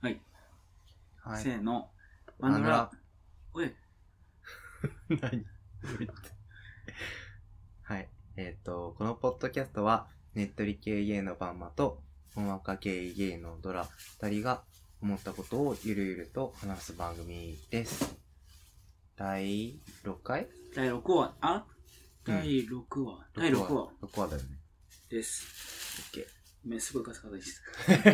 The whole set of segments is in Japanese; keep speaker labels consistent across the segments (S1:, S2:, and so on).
S1: はい。
S2: は
S1: せ
S2: い。
S1: ーの。マンドラ。おい。
S2: 何はい。えっ、と、このポッドキャストは、ねっとり系ゲイのバンマと、ほんわか系ゲイのドラ、二人が思ったことをゆるゆると話す番組です。第6回
S1: 第6話。あ第6話。第6話。
S2: 6話だよね。
S1: です。
S2: オッケー。
S1: めすごいカサカサで した。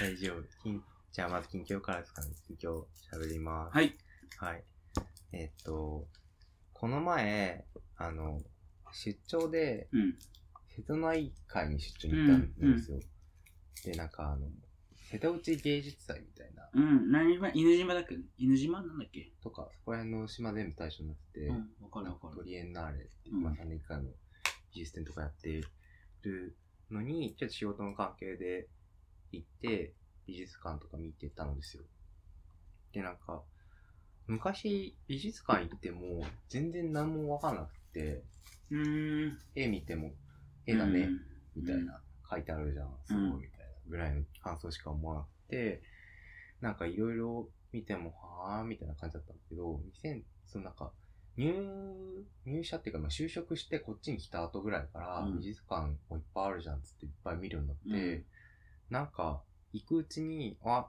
S2: 大丈夫。近じゃあまず近況からですかね。近況喋ります。
S1: はい。
S2: はい。えっ、と、この前、あの、出張で、
S1: うん。
S2: 瀬戸内海に出張に行ったんですよ。で、なんかあの、瀬戸内芸術祭みたいな、
S1: うん。何島犬島だっけ犬島なんだっけ
S2: とか、そこら辺の島全部対象になってて、
S1: うん。わかる
S2: なん
S1: わ
S2: か
S1: か
S2: ト
S1: る。
S2: リエンナーレっていう、
S1: うん
S2: まあ3年間の美術展とかやってるのに、ちょっと仕事の関係で行って、美術館とか見てたんですよ。で、なんか、昔美術館行っても全然何もわかんなくて、
S1: うーん。
S2: 絵見ても絵だね、
S1: うん。
S2: みたいな、書いてあるじゃん、すごい、みたいな、ぐらいの感想しか思わなくて、なんかいろいろ見ても、はぁー、みたいな感じだったんだけど、2000、そのなんか、入、入社っていうか、まあ、就職してこっちに来た後ぐらいから、
S1: うん
S2: 美術館もいっぱいあるじゃん、つっていっぱい見るようになって、
S1: うん
S2: なんか、行くうちに、あ、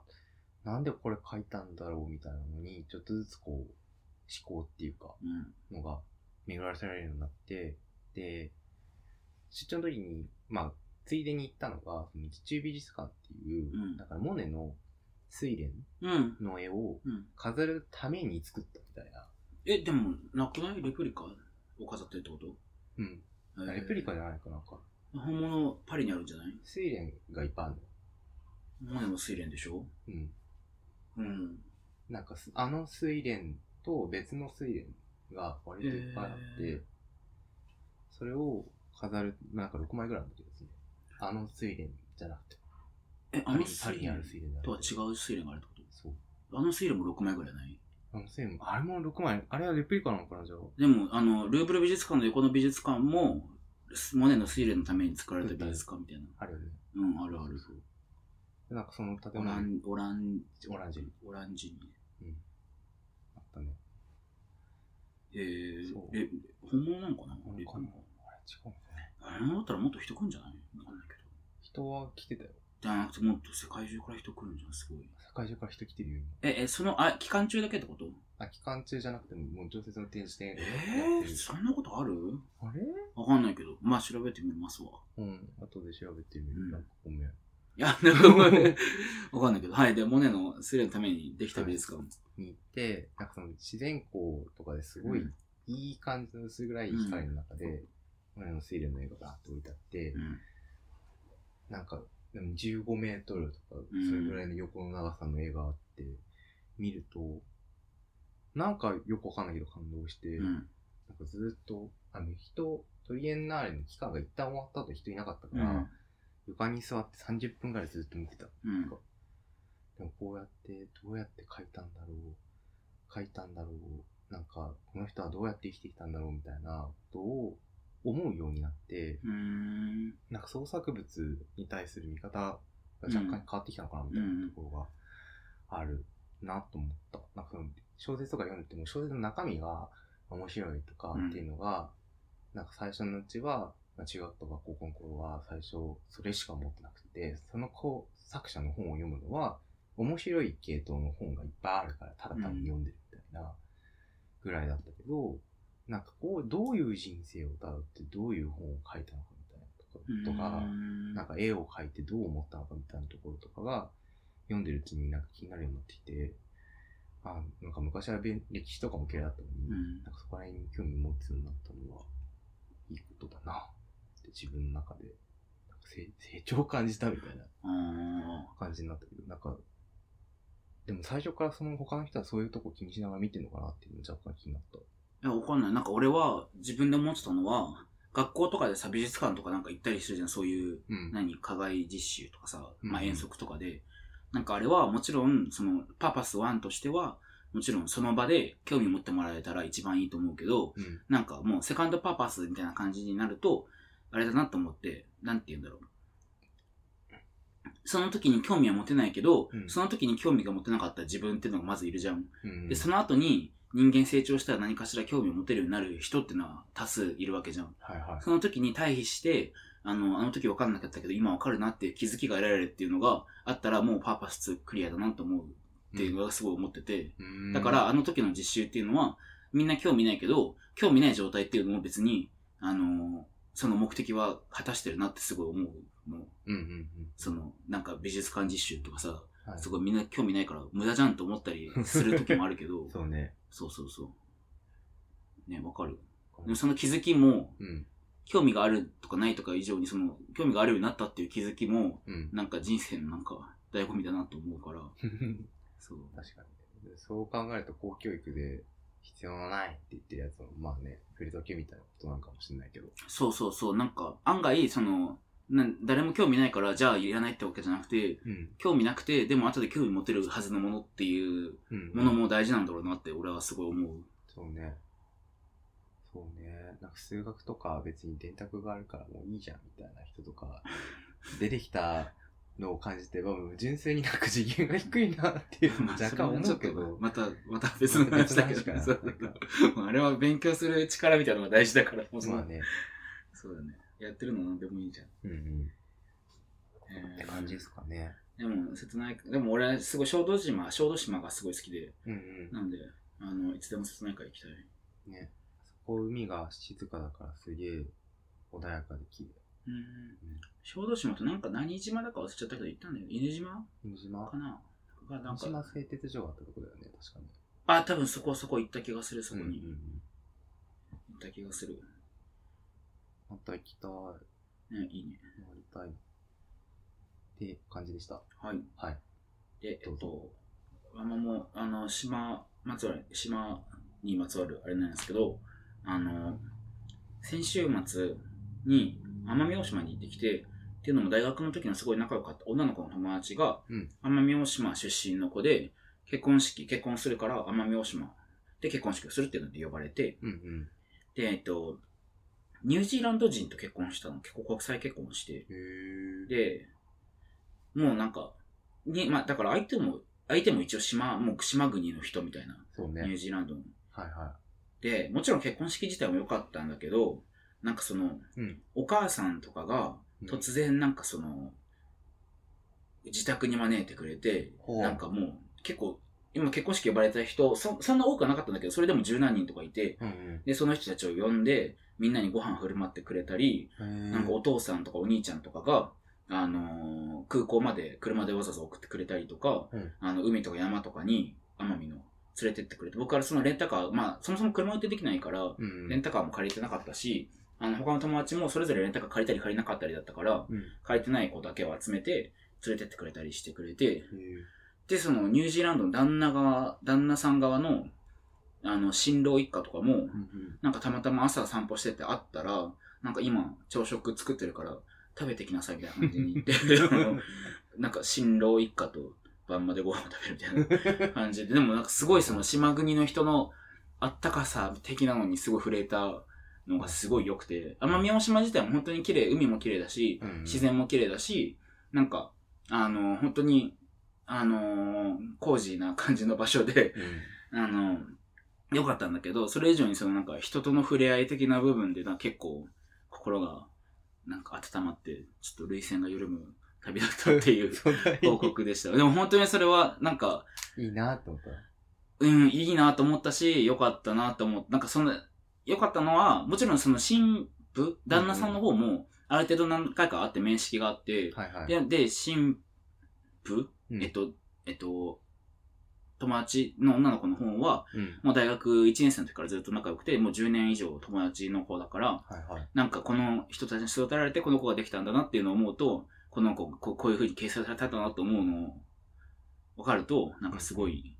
S2: なんでこれ書いたんだろう、みたいなのに、ちょっとずつこう、思考っていうか、
S1: うん。
S2: のが巡らされるようになって、で、出張の時に、まあ、ついでに行ったのが、その地中美術館っていう、
S1: うん
S2: だからモネの睡蓮
S1: うん。
S2: の絵を
S1: うん。
S2: 飾るために作ったみたいな。
S1: え、でも、なくないレプリカを飾ってるってこと
S2: うん。レプリカじゃないかななんか。
S1: 本物パリにあるんじゃない
S2: 睡蓮がいっぱいあるの。
S1: モネの睡蓮でしょ
S2: うん。
S1: うん。
S2: なんかす、あの睡蓮と別の睡蓮が割といっぱいあって、
S1: へー
S2: それを飾る、なんか6枚ぐらいあるんだけどですね。あの睡蓮じゃなくて、
S1: え、あ
S2: パ
S1: の
S2: リ
S1: 睡
S2: パリにある
S1: 蓮
S2: 睡蓮だ
S1: とは違う睡蓮があるってこ
S2: そう。
S1: とあの睡蓮も6枚ぐらいない
S2: あの、せんあれも6枚、あれはレプリカなのかな、じゃあ。
S1: でも、あの、ルーブル美術館の横の美術館も、モネの睡蓮のために作られた美術館みたいな。
S2: あるよね。
S1: うん、あるある。
S2: そう。でなんかその建
S1: オ
S2: 物
S1: ラ
S2: に
S1: ン、オラン、
S2: オランジェリ
S1: オランジ
S2: あったね。
S1: リ。えー
S2: そう、
S1: え、本物なのかな
S2: あれかなあれ違うのかな
S1: 本物だったらもっと人来るんじゃないわかんないけど。
S2: 人は来てたよ。
S1: じゃなくて、もっと世界中から人来るんじゃん、すごい。
S2: 世界中から人来てるよ、今。
S1: え、え、その、あ、期間中だけってこと
S2: あ、期間中じゃなくても、もう常設の展示でやっ
S1: え
S2: てる。
S1: ー、そんなことある
S2: あれ
S1: わかんないけど。まあ、調べてみますわ。
S2: うん、後で調べてみ
S1: う
S2: る。
S1: ん
S2: なんかごめん。
S1: いや、なんか、 わかんないけど。はい。で、モネのスレのためにできた美術館。
S2: に行って、なんかその自然光とかですごい、
S1: うん
S2: いい感じの薄暗い光の中で、俺の水蓮の絵がバーって置いてあって、
S1: うん。
S2: なんか、でも15メートルとか、それぐらいの横の長さの絵があって、見ると、なんかよくわかんないけど感動して、
S1: う
S2: なん
S1: ん。
S2: かずっと、あの人、トリエンナーレの期間が一旦終わった後人いなかったか
S1: う
S2: ら、
S1: ん。
S2: 床に座って30分ぐらいずっと見てた。
S1: うん。
S2: でもこうやって、どうやって描いたんだろう、描いたんだろう、なんか、この人はどうやって生きてきたんだろうみたいなことを思うようになって、
S1: うーん。
S2: なんか創作物に対する見方が若干変わってきたのかなみたいなところがあるなと思った。なんかその小説とか読んでても小説の中身が面白いとかっていうのが、なんか最初のうちは、まあ中学とか高校の頃は最初それしか思ってなくて、その子作者の本を読むのは面白い系統の本がいっぱいあるからただ単に読んでるみたいなぐらいだったけど、なんかこう、どういう人生を歌うってどういう本を書いたのかみたいなとか、とかなんか絵を描いてどう思ったのかみたいなところとかが、読んでるうちになんか気になるようになってきて、あなんか昔はべ歴史とかも嫌いだったのに、
S1: うん
S2: なんかそこら辺に興味持つようになったのは、いいことだなって自分の中で、なんか成 成長を感じたみたいな
S1: あ
S2: 感じになったけど、なんか、でも最初からその他の人はそういうとこ気にしながら見てるのかなっていうの若干気になった。
S1: ーいや、わかんない。なんか俺は、自分で思ってたのは、学校とかでさ、美術館とかなんか行ったりするじゃん。そういう、
S2: うん
S1: 何、課外実習とかさ、まあ
S2: うん
S1: 遠足とかで。なんかあれは、もちろん、その、パーパス1としては、もちろんその場で興味持ってもらえたら一番いいと思うけど、
S2: うん
S1: なんかもうセカンドパーパスみたいな感じになると、あれだなと思って、なんて言うんだろう。その時に興味は持てないけど、
S2: うん
S1: その時に興味が持てなかった自分っていうのがまずいるじゃん。
S2: うん
S1: で、その後に人間成長したら何かしら興味を持てるようになる人っていうのは多数いるわけじゃん。
S2: はいは
S1: その時に対比して、あの、あの時分かんなかったけど、今分かるなっていう気づきが得られるっていうのがあったら、もうパーパス2クリアだなと思うっていうのがすごい思ってて、
S2: い。
S1: だから、あの時の実習っていうのは、みんな興味ないけど、興味ない状態っていうのも別に、あの、その目的は果たしてるなってすごい思うの。
S2: うん、うんうんうん。
S1: その、なんか美術館実習とかさ、
S2: はい、
S1: すごいみんな興味ないから無駄じゃんと思ったりする時もあるけど
S2: そうね。
S1: そうそうそう。ね、わかる。でもその気づきも、
S2: うん。
S1: 興味があるとかないとか以上に、その、興味があるようになったっていう気づきも、
S2: うん。
S1: なんか人生のなんか、醍醐味だなと思うから、そう。
S2: 確かに。そう考えると、公教育で必要のないって言ってるやつも、まあね、触れとけみたいなことなんかもしれないけど。
S1: そうそうそう、なんか、案外、その、なん誰も興味ないから、じゃあいらないってわけじゃなくて、
S2: うん。
S1: 興味なくて、でも後で興味持てるはずのものっていう
S2: うん。
S1: ものも大事なんだろうなって、俺はすごい思う。
S2: そうね。そうね。なんか数学とか別に電卓があるからもういいじゃんみたいな人とか、 出てきたのを感じて、まあ純粋になんか次元が低いなっていうのも
S1: まあ
S2: 若
S1: それはちょ
S2: 干思
S1: っ
S2: う
S1: と
S2: けど。
S1: また、また 別の話だけど
S2: 別の話か、な
S1: そうそうそうまああれは勉強する力みたいなのが大事だから、もうそ
S2: ま
S1: の
S2: あね。
S1: そうだね。やってるのなんでもいいじゃん。
S2: うんうん。
S1: えー
S2: って感じですかね。
S1: でも、切ない、でも俺、すごい小豆島、小豆島がすごい好きで、
S2: うん
S1: なんで、あの、いつでも切ないから行きたい。
S2: うん。ね。そこ海が静かだからすげえ穏やかで綺麗。
S1: うん。小豆島となんか何島だか忘れちゃったけど行ったんだよ。犬島
S2: 犬島
S1: かながなん
S2: 犬
S1: か、
S2: 島製鉄所があったとこだよね、確かに。
S1: あ、多分そこそこ行った気がする、そこ
S2: うんう
S1: に。行
S2: ん
S1: った気がする。
S2: うん。また行きたい。
S1: ね、いいね。
S2: 乗りたい。って感じでした。
S1: はい。
S2: はい。
S1: で、え
S2: ど
S1: っ
S2: うぞ
S1: と、あんまもう、あの、島、まつわる、島にまつわるあれなんですけど、あの、先週末に奄美大島に行ってきて、っていうのも大学の時のすごい仲良かった女の子の友達が、
S2: うん
S1: 奄美大島出身の子で、結婚式、結婚するから奄美大島で結婚式をするっていうので呼ばれて、
S2: うんうん。
S1: で、えっと、ニュージーランド人と結婚したの、結構国際結婚して、
S2: へー
S1: で、もうなんか、にまあ、だから相手も、相手も一応島、もう島国の人みたいな、
S2: そうね。
S1: ニュージーランドの。
S2: はいは
S1: で、もちろん結婚式自体も良かったんだけど、なんかその、
S2: い。うん。
S1: お母さんとかが、突然なんかその、自宅に招いてくれて、
S2: ほう
S1: なんかもう、結構、今結婚式呼ばれた人、そそんな多くはなかったんだけど、それでも十何人とかいて、
S2: うんうん。
S1: で、その人たちを呼んで、みんなにご飯振る舞ってくれたり、な
S2: なん
S1: かお父さんとかお兄ちゃんとかが、あのー空港まで車でわざわざ送ってくれたりとか、
S2: うん
S1: あの海とか山とかに奄美の連れてってくれて僕からそのレンタカー、まあ、そもそも車運転できないから
S2: うんうん。
S1: レンタカーも借りてなかったしあの他の友達もそれぞれレンタカー借りたり借りなかったりだったから
S2: うん。へ
S1: 借りてない子だけを集めて連れてってくれたりしてくれて
S2: ー
S1: でそのニュージーランドの旦那側旦那さん側のあの新郎一家とかも
S2: うんうん。
S1: なんかたまたま朝散歩してて会ったら、なんか今朝食作ってるから食べてきなさいみたいな感じに言って、あ のなんか新郎一家と晩までご飯を食べるみたいな感じで、でもなんかすごいその島国の人のあったかさ的なのにすごい触れたのがすごい良くて、奄美大島自体も本当に綺麗、海も綺麗だし、
S2: うんうん
S1: 自。然も綺麗だし、なんか、あの、本当に、あのコージーな感じの場所で、あの、良かったんだけど、それ以上にそのなんか人との触れ合い的な部分でな結構心がなんか温まって、ちょっと涙腺が緩む旅だったってい
S2: うん。
S1: う
S2: そんな
S1: 報告でした。でも本当にそれはなんか、
S2: にいいなと思っ
S1: う
S2: た。
S1: ん、いいなと思ったし、良かったなと思った。なんかその、良かったのは、もちろんその新婦、旦那さんの方も、ある程度何回か会って面識があって、
S2: はいはい。
S1: で、で、新婦、
S2: うん
S1: えっと、えっと、友達の女の子の方は、
S2: うん。
S1: もう大学1年生の時からずっと仲良くて、もう10年以上友達の子だから、
S2: はいはい。
S1: なんかこの人たちに育てられてこの子ができたんだなっていうのを思うと、この子、こうこういう風に形成されたんだなと思うのを分かると、なんかすごい、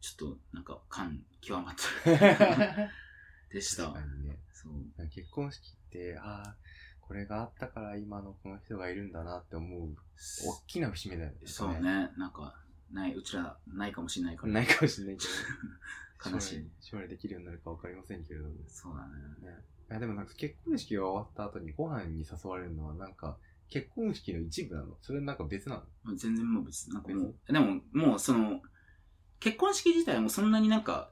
S1: ちょっとなんか感極まった でした
S2: 確。かにね。
S1: そう。
S2: 結婚式って、ああ、これがあったから今のこの人がいるんだなって思う、大きな節目だよね。
S1: そうね、なんか、ない、うちらないかもしれないから。
S2: ないかもしれないけど。
S1: 悲しい
S2: 将来。将来できるようになるかわかりませんけれども。
S1: そうだね。
S2: いやでもなんか結婚式が終わった後にご飯に誘われるのはなんか結婚式の一部なのそれなんか別なの
S1: 全然もう別になんかもう、でも、もうその、結婚式自体もそんなになんか、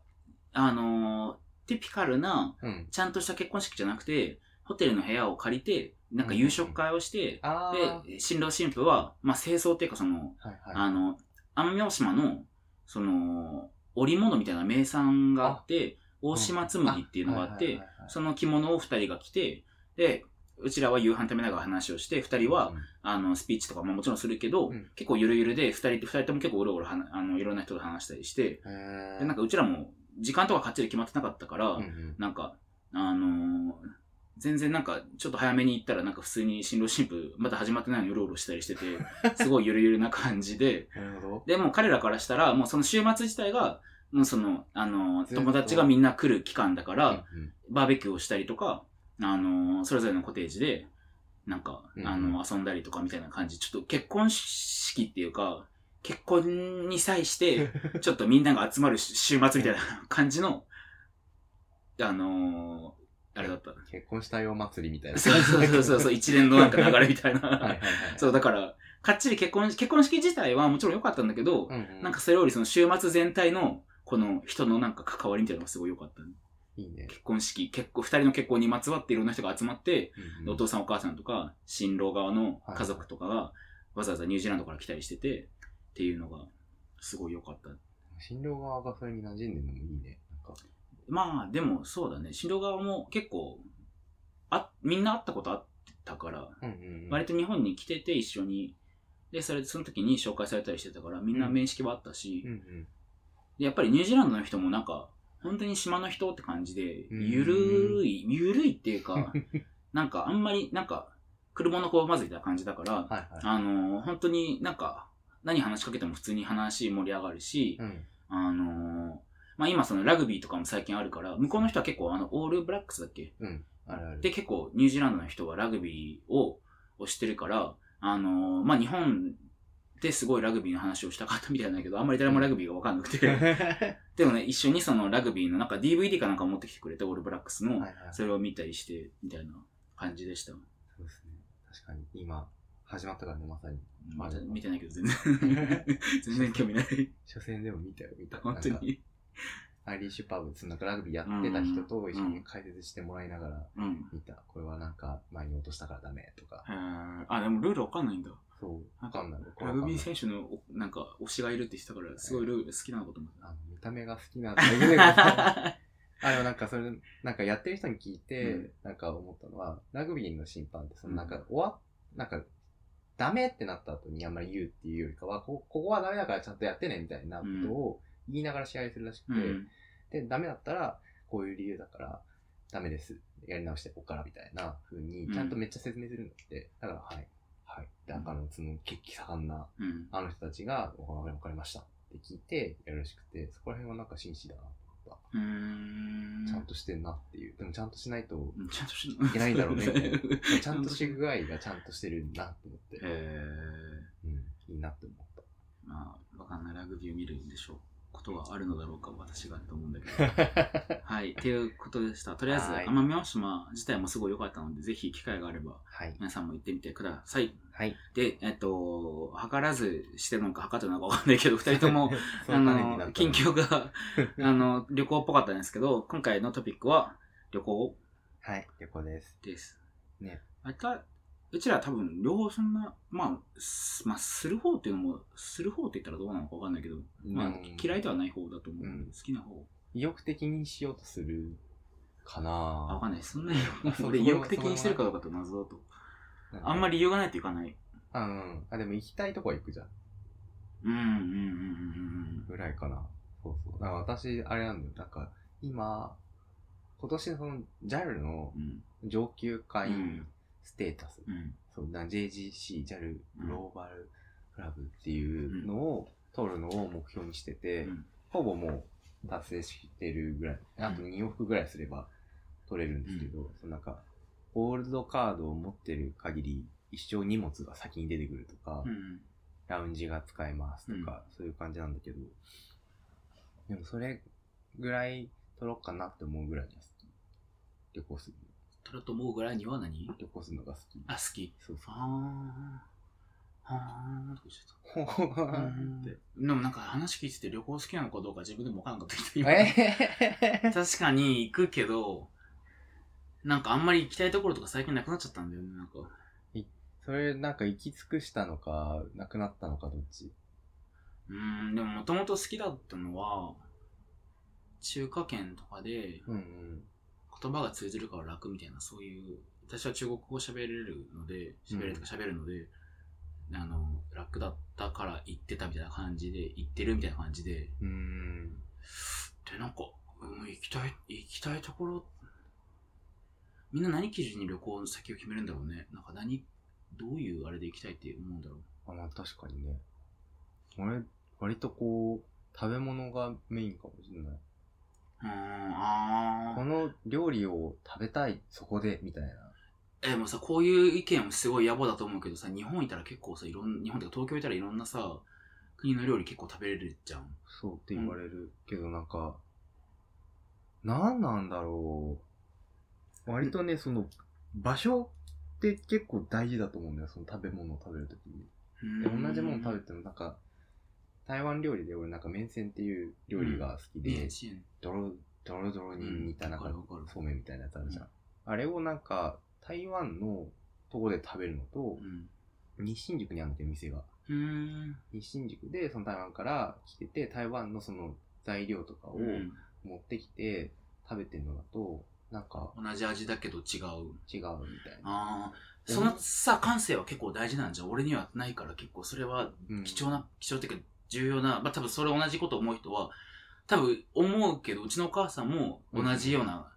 S1: あのーティピカルな、
S2: うん。
S1: ちゃんとした結婚式じゃなくて、ホテルの部屋を借りて、なんか夕食会をして、
S2: あー
S1: で、新郎新婦は、まあ、清掃っていうかその、
S2: はいはい。
S1: あの、奄美大島の、その、織物みたいな名産があって、大島紬っていうのがあっ
S2: はい
S1: て
S2: はい、はいはい
S1: その着物を二人が着て、で、うちらは夕飯食べながら話をして、二人は、
S2: うん
S1: あの、スピーチとかももちろんするけど、
S2: うん
S1: 結構ゆるゆるで、二人って二人とも結構うろうろはな、あの、いろんな人と話したりして、
S2: へ
S1: で、なん
S2: か、
S1: かうちらも時間とかかっちり決まってなかったから、
S2: うんうん
S1: なんか、あのー全然なんか、ちょっと早めに行ったら、なんか普通に新郎新婦、まだ始まってないのにうろうろしたりしてて、 すごいゆるゆるな感じで、
S2: なるほど。
S1: で、もう彼らからしたら、もうその週末自体が、もうその、あのー
S2: ずっと
S1: 友達がみんな来る期間だから、
S2: うんうん
S1: バーベキューをしたりとか、あのーそれぞれのコテージで、なんか、
S2: うん
S1: あの、遊んだりとかみたいな感じ。ちょっと結婚式っていうか、結婚に際 して、ちょっとみんなが集まるし週末みたいな感じの、あのーあれだった。
S2: 結婚したよ祭りみたいな。
S1: そうそうそう そうそう、一連のなんか流れみたい
S2: はいはい
S1: な。
S2: はい。
S1: そう、だから、かっちり結婚、結婚式自体はもちろん良かったんだけど、
S2: うんうん
S1: なんかそれよりその週末全体の、この人のなんか関わりみたいなのがすごい良かったね、
S2: いいね。
S1: 結婚式、結婚、二人の結婚にまつわっていろんな人が集まって、
S2: うんうん
S1: お父さんお母さんとか、新郎側の家族とかが、わざわざニュージーランドから来たりしてて、っていうのが、すごい良かった。
S2: 新郎側がそれに馴染んでるのもいいね。なんか、
S1: まあ、でもそうだね、新郎側も結構、あ、みんな会ったことあったから、
S2: うんうんうん
S1: 割と日本に来てて一緒に、で、それでその時に紹介されたりしてたから、みんな面識はあったし、
S2: うんうん
S1: でやっぱりニュージーランドの人もなんか、本当に島の人って感じで、
S2: うん
S1: ゆるい、ゆるいっていう か、なんかあんまり、なんか、車の子まずいた感じだから、
S2: はいはい。
S1: あのー本当になんか、何話しかけても普通に話盛り上がるし、
S2: うん
S1: あのーまあ、今そのラグビーとかも最近あるから、向こうの人は結構あの、オールブラックスだっけ
S2: うん。あ るある。
S1: で、結構ニュージーランドの人はラグビーを推してるから、あのーまあ、日本ですごいラグビーの話をしたかったみたいなんだけど、あんまり誰もラグビーがわかんなくて、
S2: はい
S1: でもね、一緒にそのラグビーのなんか DVD かなんか持ってきてくれて、オールブラックスの、
S2: はい。
S1: それを見たりして、みたいな感じでした。
S2: そうですね。確かに、今、始まったからね、まさに。
S1: まだ見てないけど、全 然。全然興味ない。
S2: 初戦でも見たよ、見た。
S1: 本当
S2: なんか
S1: に。
S2: アイリッシュパブ、そのラグビーやってた人と一緒に解説してもらいながら
S1: うん。
S2: 見た。これはなんか、前に落としたからダメとか。
S1: あ、でもルールわかんないんだ。
S2: そう。
S1: な
S2: わ
S1: んか
S2: かんない。僕は
S1: ラ
S2: わか
S1: グ
S2: んない
S1: ビー選手のお、なんか、推しがいるって言ってたから、すごいルール好きなのかと思っ
S2: あの見た目が好き な。
S1: た。
S2: あの、なんかそれ、なんかやってる人に聞いて、
S1: うん
S2: なんか思ったのは、ラグビーの審判って、そのなん
S1: う
S2: か、終わ、なんか、ダメってなった後にあんまり言うっていうよりかは、こここはダメだからちゃんとやってね、みたいなことを言いながら試合するらしく
S1: う
S2: て、
S1: ん。
S2: で、ダメだったら、こういう理由だから、ダメです。やり直してこっから、みたいな風に、ちゃんとめっちゃ説明するんだって。だから、はい。はい。だから、その、血気盛んな、
S1: うん。
S2: あの人たちが、わかりわかりました。って聞いて、やるらしくて、そこら辺はなんか紳士だな、と思っ
S1: う
S2: た。
S1: ん。
S2: ちゃんとしてんなっていう。でも、ちゃんとしないと、
S1: ちゃんとしない
S2: けないだろうねみたいなちゃんとして
S1: く。
S2: 具合がちゃんとしてるな、と思って。
S1: え
S2: うん。いいなって思っ
S1: ー、まあ、わかんないラグビーを見るんでしょう。ことはあるのだろうか、私がと思うんだけど。
S2: た。
S1: はい、っていうことでした。とりあえず、
S2: はい
S1: 奄美大島自体もすごい良かったので、ぜひ機会があれば、
S2: はい。
S1: 皆さんも行ってみてください。
S2: はい。
S1: で、えっと、計らずしてるのか測ってるのかわかんないけど、二人とも、、
S2: そ
S1: あ
S2: んな年にな
S1: の、
S2: ったな
S1: 近況 が、あの、旅行っぽかったんですけど、今回のトピックは旅行
S2: はい。旅行です。
S1: です。
S2: ね。
S1: あた、うちら多分、両方そんな、まあ、すまあ、する方っていうのも、する方って言ったらどうなのかわかんないけど、まあ
S2: うん、
S1: 嫌いではない方だと思う。
S2: うん
S1: 好きな方。
S2: 意欲的にしようとするか
S1: あわ
S2: な
S1: かんない。そんなに
S2: あ そう
S1: 俺
S2: そ
S1: 意
S2: う
S1: 欲的にしてるかどうかと謎だと。あんまり理由がないといかない。
S2: あうんあでも行きたいとこは行くじゃん
S1: うん、うん、うん、うん
S2: ぐらいかなそうそうだから私あれなんだよなんか今今年のその JAL の
S1: うん、うん。
S2: 上級会員ステータス、
S1: うん、
S2: そうな JGC JAL グローバルクラブっていうのを取るのを目標にしてて、
S1: うん
S2: ほぼもう達成してるぐらいあと2往復ぐらいすれば取れるんですけど、そのなんかゴールドカードを持ってる限り一生荷物が先に出てくるとか、
S1: うん。
S2: ラウンジが使えますとか、そういう感じなんだけど、でもそれぐらい取ろうかなって思うぐらいです。旅行する。
S1: ったらと思うぐらいには何
S2: 旅行するのが好き。
S1: あ、好き。
S2: そうそう。
S1: あー。あーとか言っちゃった
S2: ほー って。
S1: でもなんか話聞いてて旅行好きなのかどうか自分でも分からなかったけど今
S2: え
S1: 確かに行くけど、なんかあんまり行きたいところとか最近なくなっちゃったんだよね、なんか。
S2: それ、なんか行き尽くしたのか、なくなったのか、どっち
S1: うーん、でももともと好きだったのは、中華圏とかで
S2: うんうん。
S1: 言葉が通じるから楽みたいな、そういう、私は中国語喋れるので、喋れるとか喋るので、あの、楽だったから行ってたみたいな感じで、行ってるみたいな感じで、
S2: うーん。
S1: で、なんか、うん、行きたい、行きたいところ、みんな何基準に旅行の先を決めるんだろうね。なんか何、どういうあれで行きたいって思うんだろう。
S2: あ、まあ確かにね。俺、割とこう、食べ物がメインかもしれない。
S1: うーん、あ
S2: こ
S1: ー。
S2: の料理を食べたい、そこで、みたいな。
S1: え、でもさ、こういう意見もすごい野暮だと思うけどさ、日本いたら結構さ、いろん、日本とか東京いたらいろんなさ、国の料理結構食べれるじゃん。
S2: そうって言われるけど、なんか、なんなんだろう。割とね、その、場所って結構大事だと思うんだよ、その食べ物を食べるときに。
S1: う
S2: で、
S1: ーん
S2: 同じもの食べても、なんか、台湾料理で俺なんか麺線っていう料理が好きで、
S1: ね支援
S2: ドロ、ドロドロに煮たなんか
S1: うんわかるわかる
S2: そうめんみたいなやつあるじゃん。
S1: うん
S2: あれをなんか、台湾のとこで食べるのと
S1: う、ん。
S2: 日新宿にあるんだよ、店が。
S1: うーん。
S2: 西新宿でその台湾から来てて台湾のその材料とかを
S1: うん
S2: 持ってきて食べてるのだとなんか
S1: 同じ味だけど違う。
S2: 違うみたいな、
S1: ああ。
S2: うん
S1: そのさ、感性は結構大事なんじゃん。俺にはないから結構、それは
S2: うん
S1: 貴重な、貴重っていうか重要な、まあ多分それ同じこと思う人は、多分思うけど、うちのお母さんも同じような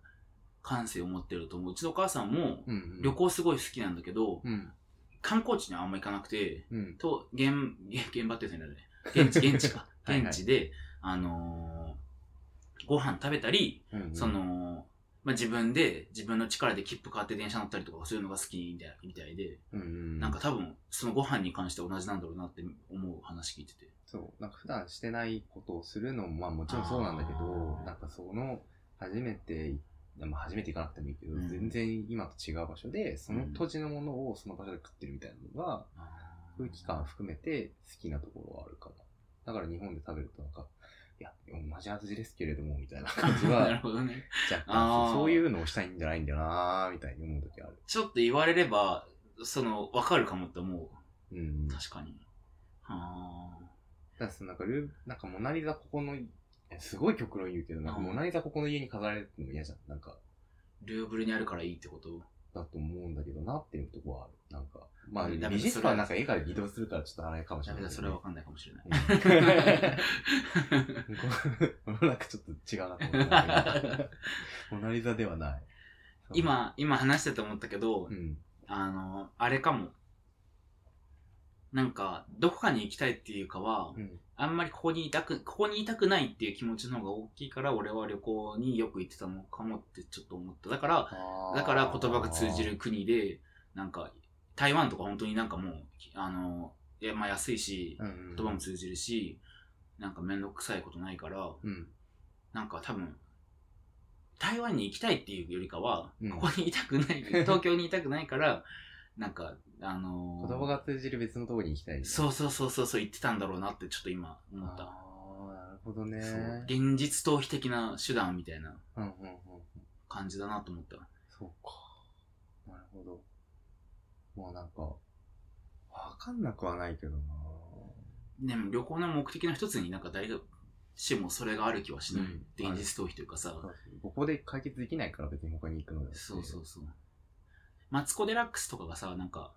S1: 感性を持ってると思う。うちのお母さんも
S2: うんうん
S1: 旅行すごい好きなんだけど、
S2: うん
S1: 観光地にはあんま行かなくて、
S2: うん。
S1: と、現、 現現場って言うんだよね。現地、現地か
S2: はいはい
S1: 現地で、あのーご飯食べたり、
S2: うんうん
S1: その、まあ、自分で、自分の力で切符買って電車乗ったりとかそういうのが好きみたいみたいで、
S2: うんうん
S1: なんか多分、そのご飯に関して同じなんだろうなって思う話聞いてて。
S2: そうなんか普段してないことをするのもまあもちろんそうなんだけど
S1: あー
S2: なんかその初めてまあ初めて行かなくてもいいけど、
S1: うん
S2: 全然今と違う場所でその
S1: うん
S2: 土地のものをその場所で食ってるみたいなのが空気 感含めて好きなところはあるかな。だから日本で食べるとなんか、いや、同じ味ですけれども、みたいな感じ
S1: あ なる
S2: は、
S1: ほどね。
S2: 若
S1: あ
S2: 干
S1: ー
S2: そういうのをしたいんじゃないんだよなーみたいに思う時ある。
S1: ちょっと言われれば、その、わかるかもって思
S2: うん。
S1: う。
S2: だ
S1: 確かに。あ
S2: からそのなんかルー、なんかモナリザここの、えすごい極論言うけど、なんか
S1: うん
S2: モナリザここの家に飾られるの嫌じゃん。なんか、
S1: ールーブルにあるからいいってこと
S2: だと思うんだけどなっていうとこはある。なんか、まあ、
S1: うんダメだ
S2: 美術館はなんか絵から移動するからちょっとあれかもし
S1: ダ
S2: れ
S1: メ
S2: ない
S1: だ、
S2: け
S1: そ
S2: ど
S1: れ
S2: ね、
S1: はわかんないかもしれない。
S2: うんこれなんかちょっと違うなと思ったんだけ ど。モナリザではない。そう、
S1: 今、今話してて思ったけど、
S2: うん。
S1: あの、あれかも。なんか、どこかに行きたいっていうかは、
S2: うん。
S1: あんまりここにいたく、ここにいたくないっていう気持ちの方が大きいから、俺は旅行によく行ってたのかもってちょっと思った。だから、だから言葉が通じる。国で、なんか、台湾とか本当になんかもう、あの、いやまあ安いし
S2: う、ん。
S1: 言葉も通じるし、なんかめんどくさいことないから、
S2: うん。
S1: なんか多分、台湾に行きたいっていうよりかは、
S2: うん
S1: ここにいたく ない、東京にいたくないから、なんか、あのー
S2: 言葉が通じる別のところに行きたい。
S1: そうそうそうそうそう言ってたんだろうなってちょっと今思
S2: あ
S1: った。
S2: あ、なるほどね。
S1: そう現実逃避的な手段みたいな
S2: うんうんうん。
S1: 感じだなと思った。
S2: そうか。なるほど。もうなんか、わかんなくはないけどな。
S1: でも旅行の目的の一つになんか誰がしもそれがある気はしない。
S2: うん
S1: 現実逃避というかさ、
S2: ここで解決できないから別に他に行くのだって
S1: そうそうそう。マツコ・デラックスとかがさ、なんか、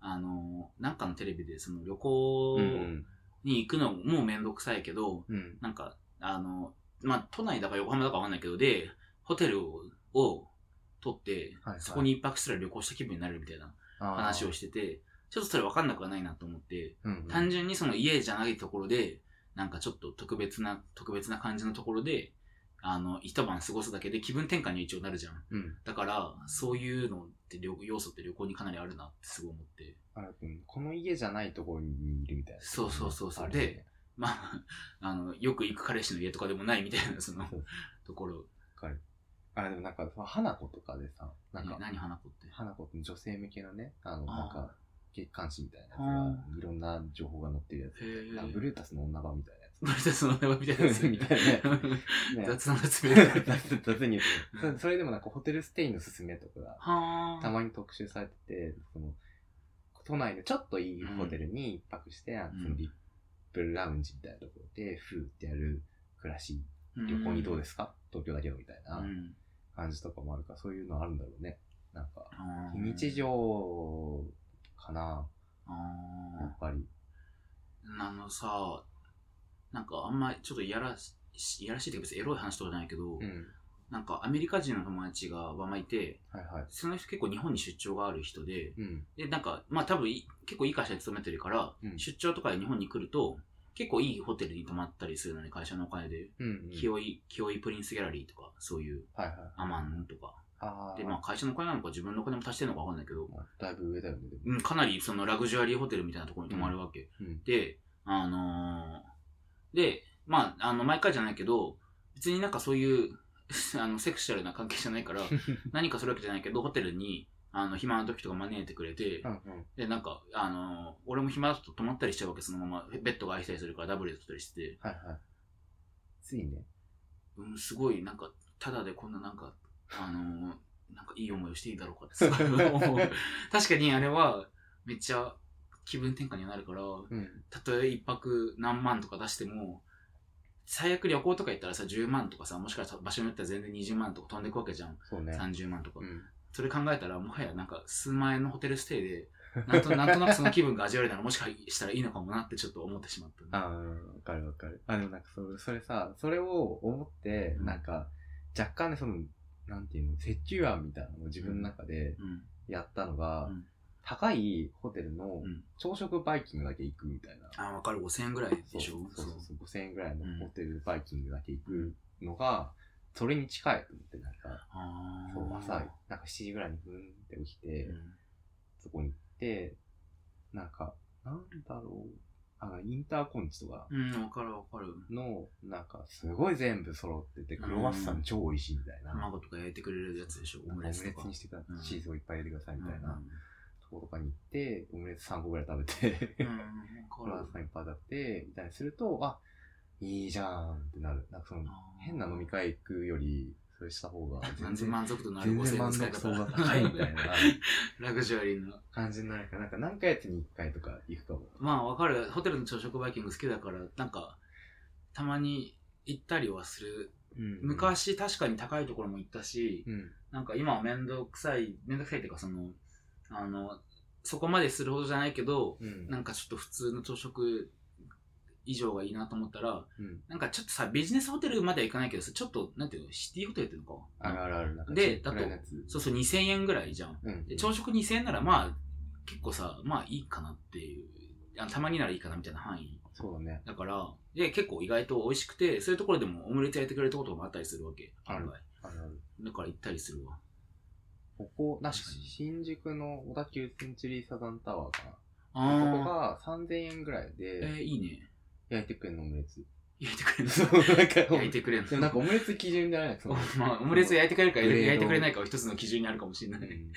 S1: あのーなんかのテレビでその旅行
S2: うん
S1: に行くのもめんどくさいけど、
S2: うん。うん。
S1: なんか、あの、まあ、都内だか横浜だかわかんないけど、で、ホテルをを取って、
S2: はいはい
S1: そこに一泊すら旅行した気分になれるみたいな話を
S2: し
S1: してて、ちょっとそれわかんなくはないなと思って、
S2: うんうん。
S1: 単純にその家じゃないところで、なんかちょっと特別な、特別な感じのところで、あの、一晩過ごすだけで気分転換に一応なるじゃん。
S2: うん。
S1: だから、そういうのって旅、要素って旅行にかなりあるなってすごい思って。
S2: あると思うこの家じゃないところにいるみたいな。
S1: そうそうそうそう
S2: あるよね、
S1: まあ、あの、よく行く彼氏の家とかでもないみたいな、その
S2: そう、
S1: ところ。
S2: わかる。あ、でもなんか、花子とかでさ、なんか、
S1: 何花子って。
S2: 花子って女性向けのね、あの、
S1: あー
S2: なんか、月刊誌みたいなや
S1: あ
S2: つが、いろんな情報が載ってるやつ。
S1: へー
S2: あブルータスの女版みたいなやつ。
S1: ブルータスの名前みたいなやつ。
S2: みたいなやつね
S1: 雑なやつみたいな。
S2: 雑 雑に言ってそれでもなんかホテルステイのすすめとかが
S1: はあ。
S2: たまに特集されててその都内のちょっといいホテルに一泊して、あのそのビップラウンジみたいなところでふーってやる暮らし旅行にどうですすか、東京だけどみたいな
S1: うん
S2: 感じとかもあるからそういうのあるんだろうねなんか
S1: あー
S2: 非日常かな
S1: あ
S2: やっぱり
S1: ーあのさ、なんかあんまりちょっといやらしい、いやらしいっていうか別にエロい話とかじゃないけど、
S2: うん
S1: なんかアメリカ人の友達がまあいて、
S2: はいはい
S1: その人結構日本に出張がある人で、
S2: うん
S1: で、なんか、まあ多分い結構いい会社に勤めてるから、
S2: うん
S1: 出張とかで日本に来ると、結構いいホテルに泊まったりするのに会社のお金で、
S2: うんうん
S1: 清井、清井プリンスギャラリーとか、そういう
S2: はいはい
S1: アマンとか、
S2: あー
S1: で、まあ会社のお金なのか自分のお金も足してるのかわかんないけど、
S2: まあだいぶ上だよねでも
S1: うん、かなりそのラグジュアリーホテルみたいなところに泊まるわけ。
S2: うん
S1: で、あのーで、まあ、あの、毎回じゃないけど、別になんかそういう、 あの、セクシャルな関係じゃない から、何かするわけじゃないけど、ホテルに、あの、暇な時とか招いてくれて
S2: う、んうん
S1: で、なんか、あのー俺も暇だと泊まったりしちゃうわけ、そのまま、ベッドが空いたりするからダブルで取ったりして、
S2: はいはい。ついね。
S1: うん、すごい、なんか、ただでこんななんか、あのーなんかいい思いをしていいんだろうかってすごい 思う確かにあれは、めっちゃ気分転換にはなるから、
S2: うん。
S1: たとえ一泊何万とか出しても、最悪旅行とか行ったらさ、10万とかさ、もしかしたら場所によっては全然20万とか飛んでいくわけじゃん。
S2: そうね。
S1: 30万とか
S2: う。ん。
S1: それ考えたら、もはやなんか数万円のホテルステイで、なんとなんとなくその気分が味わえたら、もしかしたらいいのかもなってちょっと思ってしまった。
S2: ああ、わかるわかる。あ、でもなんかそれ、それさ、それを思って、
S1: うん
S2: なんか、若干ね、その、なんていうの、折衷案みたいなのを自分の中で
S1: うん。
S2: やったのが、
S1: うん
S2: 高いホテルの
S1: うん
S2: 朝食バイキングだけ行くみたいな。
S1: あー、わかる。5000円ぐらいでしょ
S2: そうそうそう、5000円ぐらいの
S1: うん
S2: ホテルバイキングだけ行くのが、それに近いと思って、なんか、
S1: あー
S2: そう、朝、なんか7時ぐらいにふんって起きて、
S1: うん
S2: そこに行って、なんか、なんだろう、あインターコンチとか
S1: うん、わかるわかる。
S2: の、なんか、すごい全部揃ってて、クロワッサン超美味しいみたいな。なんか
S1: 卵とか焼いてくれるやつでしょオ
S2: オム
S1: ム
S2: レ
S1: レ
S2: ツ
S1: ツとか。
S2: にしてくだ
S1: うん
S2: チーズをいっぱい入れてくださいみたいな
S1: うん
S2: ところとかに行って、オムレツ3個ぐらい食べて
S1: う、ん、
S2: ク
S1: わか
S2: ロワ
S1: る
S2: ッサンいっぱい食べて、みたいにすると、あ、いいじゃんってなる。なんかその、
S1: あー
S2: 変な飲み会行くより、それした方 が
S1: 全然満足度のある
S2: 全
S1: 5000
S2: 然
S1: 円の
S2: 満
S1: 使い
S2: 足
S1: 方
S2: 度が高いみたいな
S1: ラグジュアリーな
S2: 感じになるから、なんか何ヶ月に1回とか行くかも。
S1: まあわかるホテルの朝食バイキング好きだからなんかたまに行ったりはする昔確かに高いところも行ったし
S2: うん、
S1: なんか今は面倒くさい面倒くさいっていうかそのあのそこまでするほどじゃないけど
S2: うん
S1: なんかちょっと普通の朝食以上がいいなと思ったら
S2: うん
S1: なんかちょっとさビジネスホテルまでは行かないけどさちょっとなんていうのシティホテルっていうのか
S2: あるあるある。なんか
S1: で
S2: チップライなやつ
S1: そうそう2000円ぐらいじゃん
S2: うん。
S1: で朝食2000円ならまあ結構さまあいいかなっていうあたまにならいいかなみたいな範囲
S2: そうだね。
S1: だからで結構意外と美味しくてそういうところでもオムレツ焼いてくれるところとかもあったりするわけ
S2: ある
S1: 案外
S2: あるある。
S1: だから行ったりするわ
S2: ここ、なんか
S1: 確かに
S2: 新宿の小田急センチュリーサザンタワーかな。ここ
S1: ああ
S2: が3000円ぐらい
S1: え
S2: で
S1: ー、いいね
S2: 焼いてくれるのオムレツ。
S1: 焼いてくれる
S2: そう、
S1: の
S2: なんか、
S1: 焼いてくれる
S2: でも
S1: の
S2: なんかオムレツ基準じゃないなんかその。
S1: お まあ、オムレツ焼いてくれるか
S2: グレード
S1: 焼いてくれないかは一つの基準にあるかもしれ
S2: う
S1: ない、
S2: ん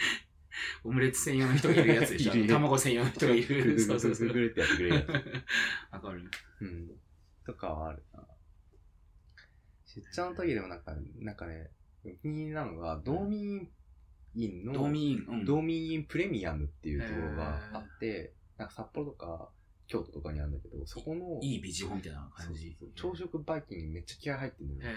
S1: オムレツ専用の人がいるやつでしょ
S2: いる
S1: 卵専用の人がい
S2: ぐるぐ
S1: る
S2: る
S1: そうそうそ
S2: ぐるぐ
S1: う
S2: るってやってくれるやつ。
S1: わかる
S2: うん。とかはあるな。出張の時でもなんか、なんかね、気になるのが、道民院の、
S1: ドーミーインうん
S2: 道民院プレミアムっていうところがあって、なんか札幌とか京都とかにあるんだけど、そこの、
S1: いいビジホみたいな感じ
S2: そうそう朝食バイキングにめっちゃ気合入ってるのよ。
S1: へえ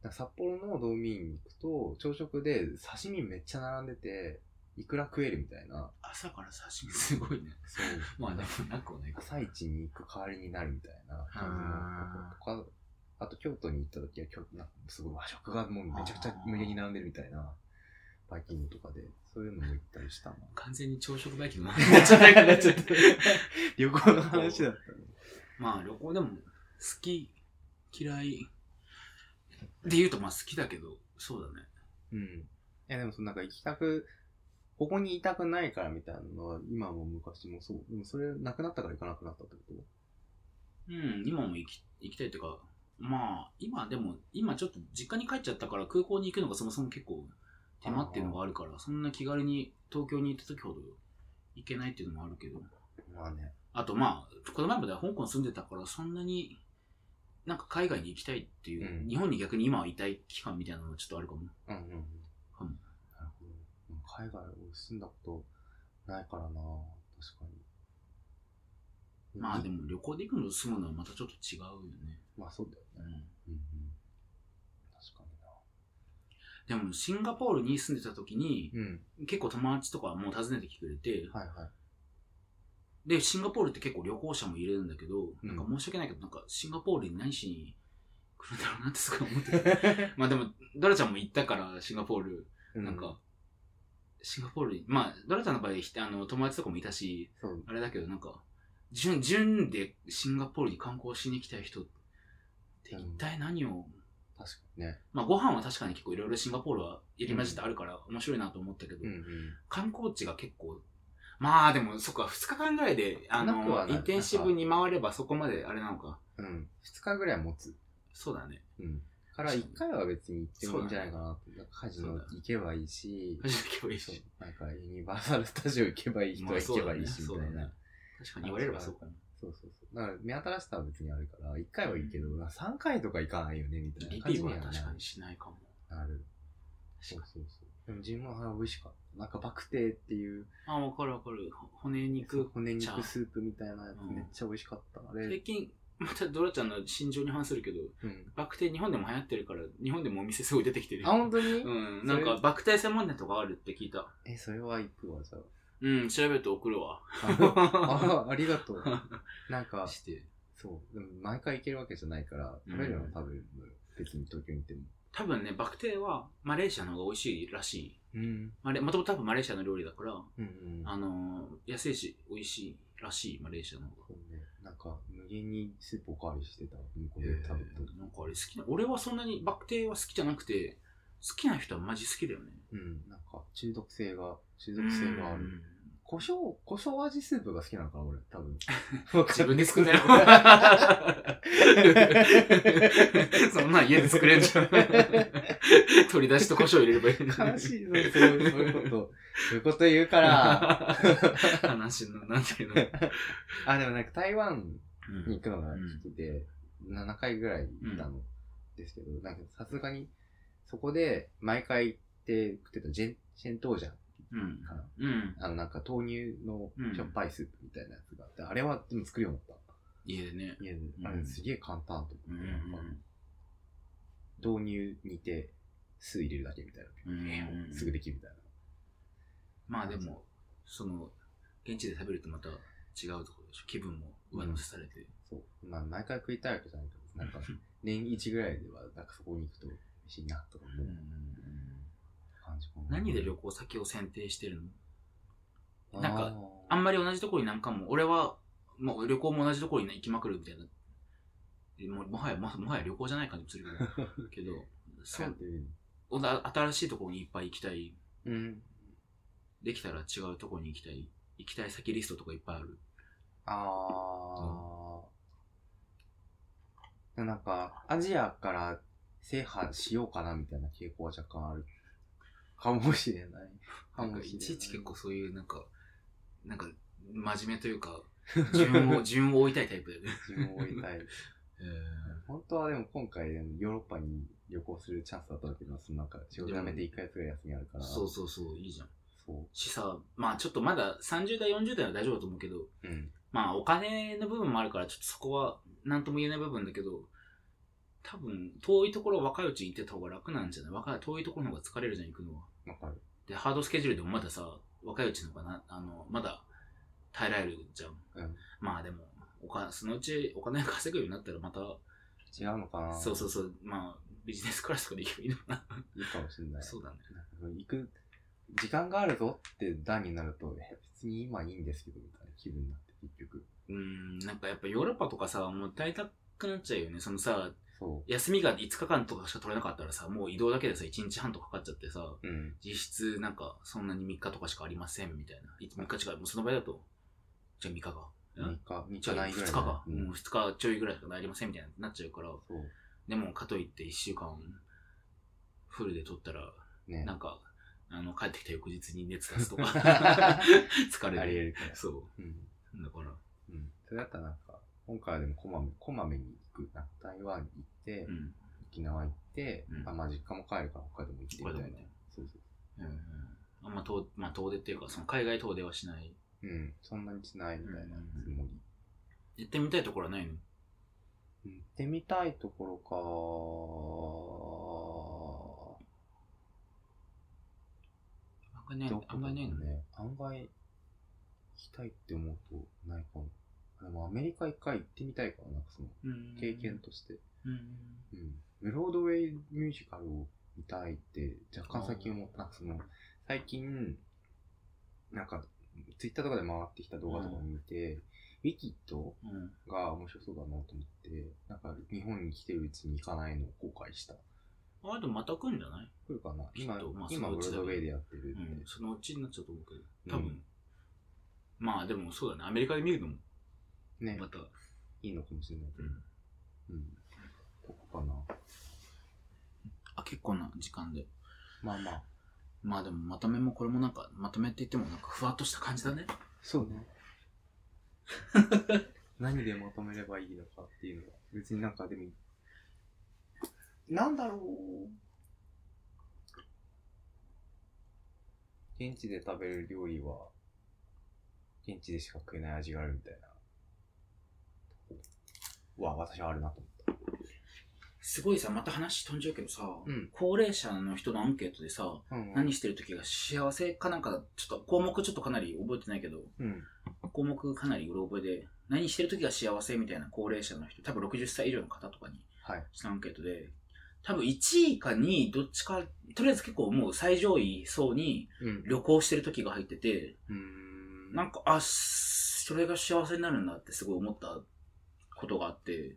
S2: だから札幌の道民院に行くと、朝食で刺身めっちゃ並んでて、いくら食えるみたいな。
S1: 朝から刺身すごいね
S2: そう。
S1: まあでもなくはないか。
S2: 朝一に行く代わりになるみたいな感じのとか、あと京都に行った時は京都、なんかすごい和食がもうめちゃくちゃ無限に並んでるみたいな、バイキングとかで、そういうのも行った りしたな。
S1: 完全に朝食バイキング
S2: 旅行の話だったね。
S1: まあ旅行でも好き、嫌いで言うとまあ好きだけど、そうだね。
S2: うん。いやでもそのなんか行きたく、ここにいたくないからみたいなのは今も昔もそう。でもそれなくなったから行かなくなったってこと
S1: うん、今も行き行きたいというか、まあ、今でも、今ちょっと実家に帰っちゃったから空港に行くのがそもそも結構手間っていうのがあるから、そんな気軽に東京に行った時ほど行けないっていうのもあるけど。
S2: まあね。
S1: あとまあ、この前までは香港住んでたから、そんなに、なんか海外に行きたいっていう、
S2: うん
S1: 日本に逆に今はいたい期間みたいなのはちょっとあるかも。
S2: うんうんうん。
S1: かも
S2: なるほど。うん海外を住んだことないからな確かに。
S1: まあ
S2: い
S1: でも旅行で行くのと住むのはまたちょっと違うよね。
S2: まあそうだよ
S1: う
S2: ね。
S1: ん
S2: うんうん。確か
S1: でもシンガポールに住んでた時に、
S2: にな。うん。
S1: 結構友達とかはもう訪ねてきてくれて、
S2: はいはい。
S1: で、シンガポールって結構旅行者も入れるんだけど、
S2: うん
S1: なんか申し訳ないけど、なんかシンガポールに何しに来るんだろうなってすごい思ってた。 まあでも、ドラちゃんも行ったから、シンガポール、
S2: う
S1: なんか、、シンガポールに、まあ、ドラちゃんの場合、ひあの友達とかもいたし、
S2: そう。
S1: あれだけど、なんか、純、純でシンガポールに観光しに来た人って一体何を、
S2: 確かにね。
S1: まあご飯は確かに結構いろいろシンガポールは入り混じってあるから面白いなと思ったけど、
S2: うんうん。
S1: 観光地が結構、まあでもそっか、2日間ぐらいで、あ
S2: なくは
S1: の、
S2: ない
S1: インテンシブに回ればそこまであれなのか。
S2: うん。2日ぐらいは持つ。
S1: そうだね。
S2: うん。から1回は別に行ってもいいんじゃないかなって。なんかカジノ
S1: そうだね
S2: 行けばいいし、
S1: 初めて行けばいい
S2: そう
S1: し。
S2: なんかユニバーサルスタジオ行けばいい人は行けばいいしみたい
S1: まあそうだ
S2: な
S1: ね。確かに言われればそうかも。
S2: そうそうそう。だから目新しさは別にあるから、1回はいいけど、
S1: うん
S2: まあ3回とか行かないよねみたい
S1: リピ
S2: な感
S1: ー
S2: じ
S1: ト
S2: に
S1: は
S2: はな
S1: 確かにしないかも。
S2: なる。そう
S1: 確か
S2: そうそう。でも自分は美味しかった。なんかバクテーっていう
S1: に。あ、わかるわかる。ほ骨肉。
S2: 骨
S1: チャー
S2: 肉スープみたいなやつ
S1: うん
S2: めっちゃ美味しかった。あれ
S1: 最、近、またドラちゃんの心情に反するけど、
S2: うん。
S1: バクテ日本でも流行ってるから、日本でもお店すごい出てきてる
S2: あ、。本当に
S1: うん、なんかバクテ専門店とかあるって聞いた。
S2: え、それは行くわ、じ ゃ
S1: うん、調べて送るわ。
S2: あ。あ、ありがとう。なんか、
S1: して。
S2: そう。でも毎回行けるわけじゃないから、食べるのは食べるのよ。別に東京に行っても。
S1: 多分ね、バクテはマレーシアの方が美味しいらしい。
S2: うん。
S1: まれもともと多分マレーシアの料理だから、
S2: うんうん。
S1: あのー安いし、美味しいらしい、マレーシアの方が。
S2: そうね。なんか、無限にスープおかわりしてた。向こうで食べた。
S1: なんかあれ好きな、俺はそんなにバクテーは好きじゃなくて、好きな人はマジ好きだよね。
S2: うん、なんか中毒性が、中毒性があ
S1: う
S2: る。
S1: ん
S2: 胡椒、胡椒味スープが好きなのかな、俺、多分。わ か
S1: 自
S2: んない
S1: 分で作 れよ。そんなん家で作れんじゃん。取り出しと胡椒入れればいいのに
S2: 悲しいの、そういうそういうこと。そういうこと言う から。
S1: 話の、なんていうの。
S2: あ、でもなんか台湾
S1: う
S2: に
S1: ん
S2: 行くのが好きで、7回ぐらい行ったのですけど、なんかさすがに、そこで毎回行って食ってたジェン、ジェントージャン
S1: うん。
S2: かな。
S1: うん。
S2: あの、なんか豆乳のしょっぱいスープみたいなやつがあって、あれはでも作るようになっ
S1: 家でね。
S2: た。家で。あれすげえ簡単と
S1: う
S2: 思
S1: ん
S2: って、なんか導入煮て酢入れるだけみたいな、
S1: うんうん
S2: すぐできるみたい
S1: まあでも、その、現地で食べるとまた違うところでしょ。気分も上乗せされて。
S2: なそうまあ毎回食いたいわけじゃないけどなんか年一ぐらいではなんかそこに行くと美味しいなとか
S1: う
S2: 思
S1: ん
S2: う感じかな
S1: 何で旅行先を選定してるの
S2: あー
S1: なんかあんまり同じところに何回も、俺は、まあ、旅行も同じところに行きまくるみたいな。もうもはや、ももはや旅行じゃない感じもする けど、けどそ
S2: やっ
S1: う
S2: てみる
S1: おな新しいところにいっぱい行きたい。
S2: うん
S1: できたら違うところに行きたい。行きたい先リストとかいっぱいある。
S2: ああ、なんかアジアから制覇しようかなみたいな傾向は若干あるかもしれない か
S1: なんか
S2: もしれない
S1: いちいち結構そういう、なんか、なんか、真面目というか、順 を、順を追いたいタイプだよね。
S2: 自分を追いたい
S1: え
S2: 本当はでも今回でもヨーロッパに旅行するチャンスだったわけど、そのなんか仕事辞めて1ヶ月ぐらい休みあるから。
S1: そうそうそう、いいじゃん。
S2: そ
S1: しさ、まあちょっとまだ30代、40代は大丈夫だと思うけど、
S2: う。うん。
S1: まあお金の部分もあるから、ちょっとそこは何とも言えない部分だけど、多分遠いところ若いうちに行ってた方が楽なんじゃない若い遠いところの方が疲れるじゃん、行くのは。
S2: わかる。
S1: で、ハードスケジュールでもまださ、若いうちの方がな、あの、まだ耐えられるじゃん。
S2: うん。
S1: まあでも、おかそのうちお金稼ぐようになったらまた、
S2: 違うのかな
S1: そうそう
S2: そ
S1: そう、まあビジネスクラスとかで行けばいいのかな。
S2: う。いいかもしれない。
S1: そうだね。
S2: なんか行く、時間があるぞって段になると、え別に今いいんですけど、みたいな気分になって、結局。
S1: うーん、なんかやっぱヨーロッパとかさ、もう耐えたくなっちゃうよね。そのさ、
S2: そ
S1: 休みが5日間とかしか取れなかったらさ、もう移動だけでさ、1日半とかかかっちゃってさ、
S2: う。うん。
S1: 実質なんかそんなに3日とかしかありませんみたいな。い3日違う、もうその場合だと、じゃあ3日か。
S2: 3日、3
S1: じゃ
S2: 日
S1: あ
S2: ない
S1: 2日
S2: ぐらいだね。
S1: か。
S2: う。
S1: もうん2日ちょいぐらいしかなりませんみたいになっちゃうから、
S2: そう。
S1: でも、かといって1週間、フルで撮ったら、
S2: ね。
S1: なんか、あの、帰ってきた翌日に熱出すと か、疲
S2: あ
S1: れ
S2: りえ
S1: る。
S2: るから。
S1: そ
S2: うん。
S1: う。だから、
S2: うん。それだったらなんか、今回はでもこまめ、こまめに行く。なんか台湾に行って、
S1: うん。
S2: 沖縄行って、
S1: うん
S2: あ、まあ実家も帰るから北海道も行ってみ
S1: 北海
S2: たい
S1: 道
S2: な
S1: もね。
S2: そうそ
S1: うんうん、あんま遠、まあ、遠出っていうか、その海外遠出はしない。
S2: う。うん。そんなにしないみたいなつもり。
S1: 行ってみたいところはないの
S2: 行ってみたいと
S1: あんまり
S2: ころか
S1: ない、あんまりないのね。
S2: ね。案外、行きたいって思うとないかも。でもアメリカ一回行ってみたいから、なんかその
S1: うん
S2: 経験。として。
S1: うん。
S2: うん。ブロードウェイミュージカルを見たいって、若干最近思った。なんかその、最近、なんか、ツイッターとかで回ってきた動画とかを見て、ウィキッド
S1: うん。
S2: が面白そうだなと思って、なんか日本に来てるうちに行かないのを後悔した。
S1: あ、でもまた来るんじゃない
S2: 来るかな
S1: きっ
S2: 今、
S1: とまあ
S2: 今
S1: その
S2: ブ
S1: う
S2: ロ
S1: ち
S2: ー
S1: だよ
S2: ドウェイでやってる
S1: う
S2: って
S1: ん。。そのうちになっちゃうと思うけ
S2: うん
S1: ど、多分。まあでもそうだね、アメリカで見るのも、
S2: ね
S1: ま、た。
S2: いいのかもしれないけど。
S1: うん
S2: うん。ここかな。
S1: あ、結構な時間で。
S2: まあまあ。
S1: まあでもまとめもこれもなんか、まとめって言ってもなんかふわっとした感じだね。
S2: そうね。 何でまとめればいいのかっていうのは、別になんかでも、なんだろう。現地で食べる料理は、現地でしか食えない味があるみたいな。は、私はあるなと思った。
S1: すごいさ、また話飛んじゃうけどさ、
S2: うん
S1: 高齢者の人のアンケートでさ、
S2: うん
S1: 何してる時が幸せかなんか、ちょっと項目ちょっとかなり覚えてないけど、
S2: うん。
S1: 項目かなりうろ覚えで、何してる時が幸せみたいな高齢者の人、多分60歳以上の方とかに
S2: はい。
S1: したアンケートで、多分1位か2位、どっちか、とりあえず結構もう最上位層に
S2: うん
S1: 旅行してる時が入ってて、
S2: うーん。
S1: なんか、あ、それが幸せになるんだってすごい思ったことがあって、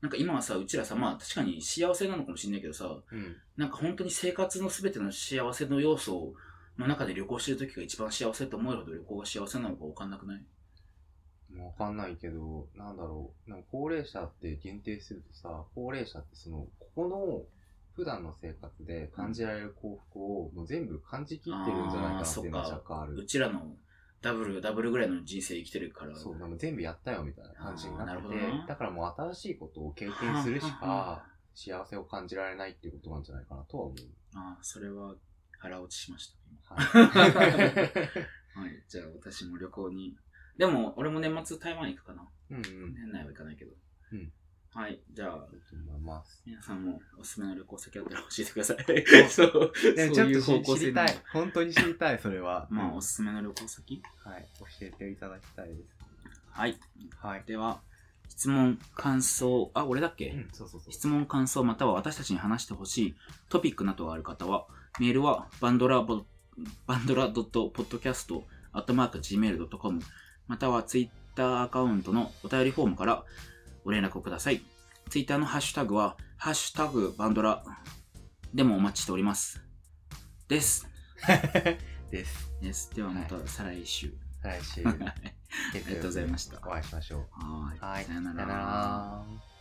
S1: なんか今はさ、うちらさ、まあ確かに幸せなのかもしれないけどさ、
S2: うん。
S1: なんか本当に生活の全ての幸せの要素の中で旅行してる時が一番幸せと思えるほど旅行が幸せなのか分かんなくない
S2: わかんないけど、なんだろう。なんか高齢者って限定するとさ、高齢者ってその、ここの普段の生活で感じられる幸福をもう全部感じきってるんじゃないかなっていうの
S1: あ
S2: が
S1: ーそっか
S2: 若干あ
S1: う
S2: る。
S1: ちらのダブル、ダブルぐらいの人生生きてるから。
S2: そう、なんか全部やったよみたいな感じにな
S1: あーなる
S2: って
S1: ほ
S2: て
S1: どな、
S2: だからもう新しいことを経験するし
S1: はあはあは
S2: か幸せを感じられないっていうことなんじゃないかなとは思う。
S1: ああ、それは腹落ちしました。
S2: はい
S1: はい。じゃあ私も旅行に。でも、俺も年末台湾行くかな。
S2: うんうん。
S1: 年内は行かないけど。
S2: うん
S1: はい。じゃあ、
S2: だと思います。
S1: 皆さんもおすすめの旅行先あったら教えてくださ い。 そう。
S2: でもち
S1: そ
S2: ょ
S1: う
S2: っ
S1: いう方向
S2: と知
S1: 性
S2: り
S1: の
S2: たい。本当に知りたい、それは。
S1: まあ、おすすめの旅行先
S2: はい。教えていただきたいです。
S1: はい。
S2: はい。
S1: では、質問、感想、あ、俺だっけ、
S2: うん、そうそうそう。
S1: 質問、感想、または私たちに話してほしいトピックなどがある方は、メールはバンドラボ、バンドラ .podcast.gmail.com、またはツイッターアカウントのお便りフォームからご連絡をください。ツイッターのハッシュタグは、ハッシュタグバンドラでもお待ちしております。です。
S2: です。
S1: です。ではまた再来週。
S2: 来週、
S1: はい、ありが
S2: 月
S1: とうございました。
S2: お会いしましょう。
S1: はーい。
S2: はい。
S1: さよな
S2: さよな
S1: ら。
S2: ら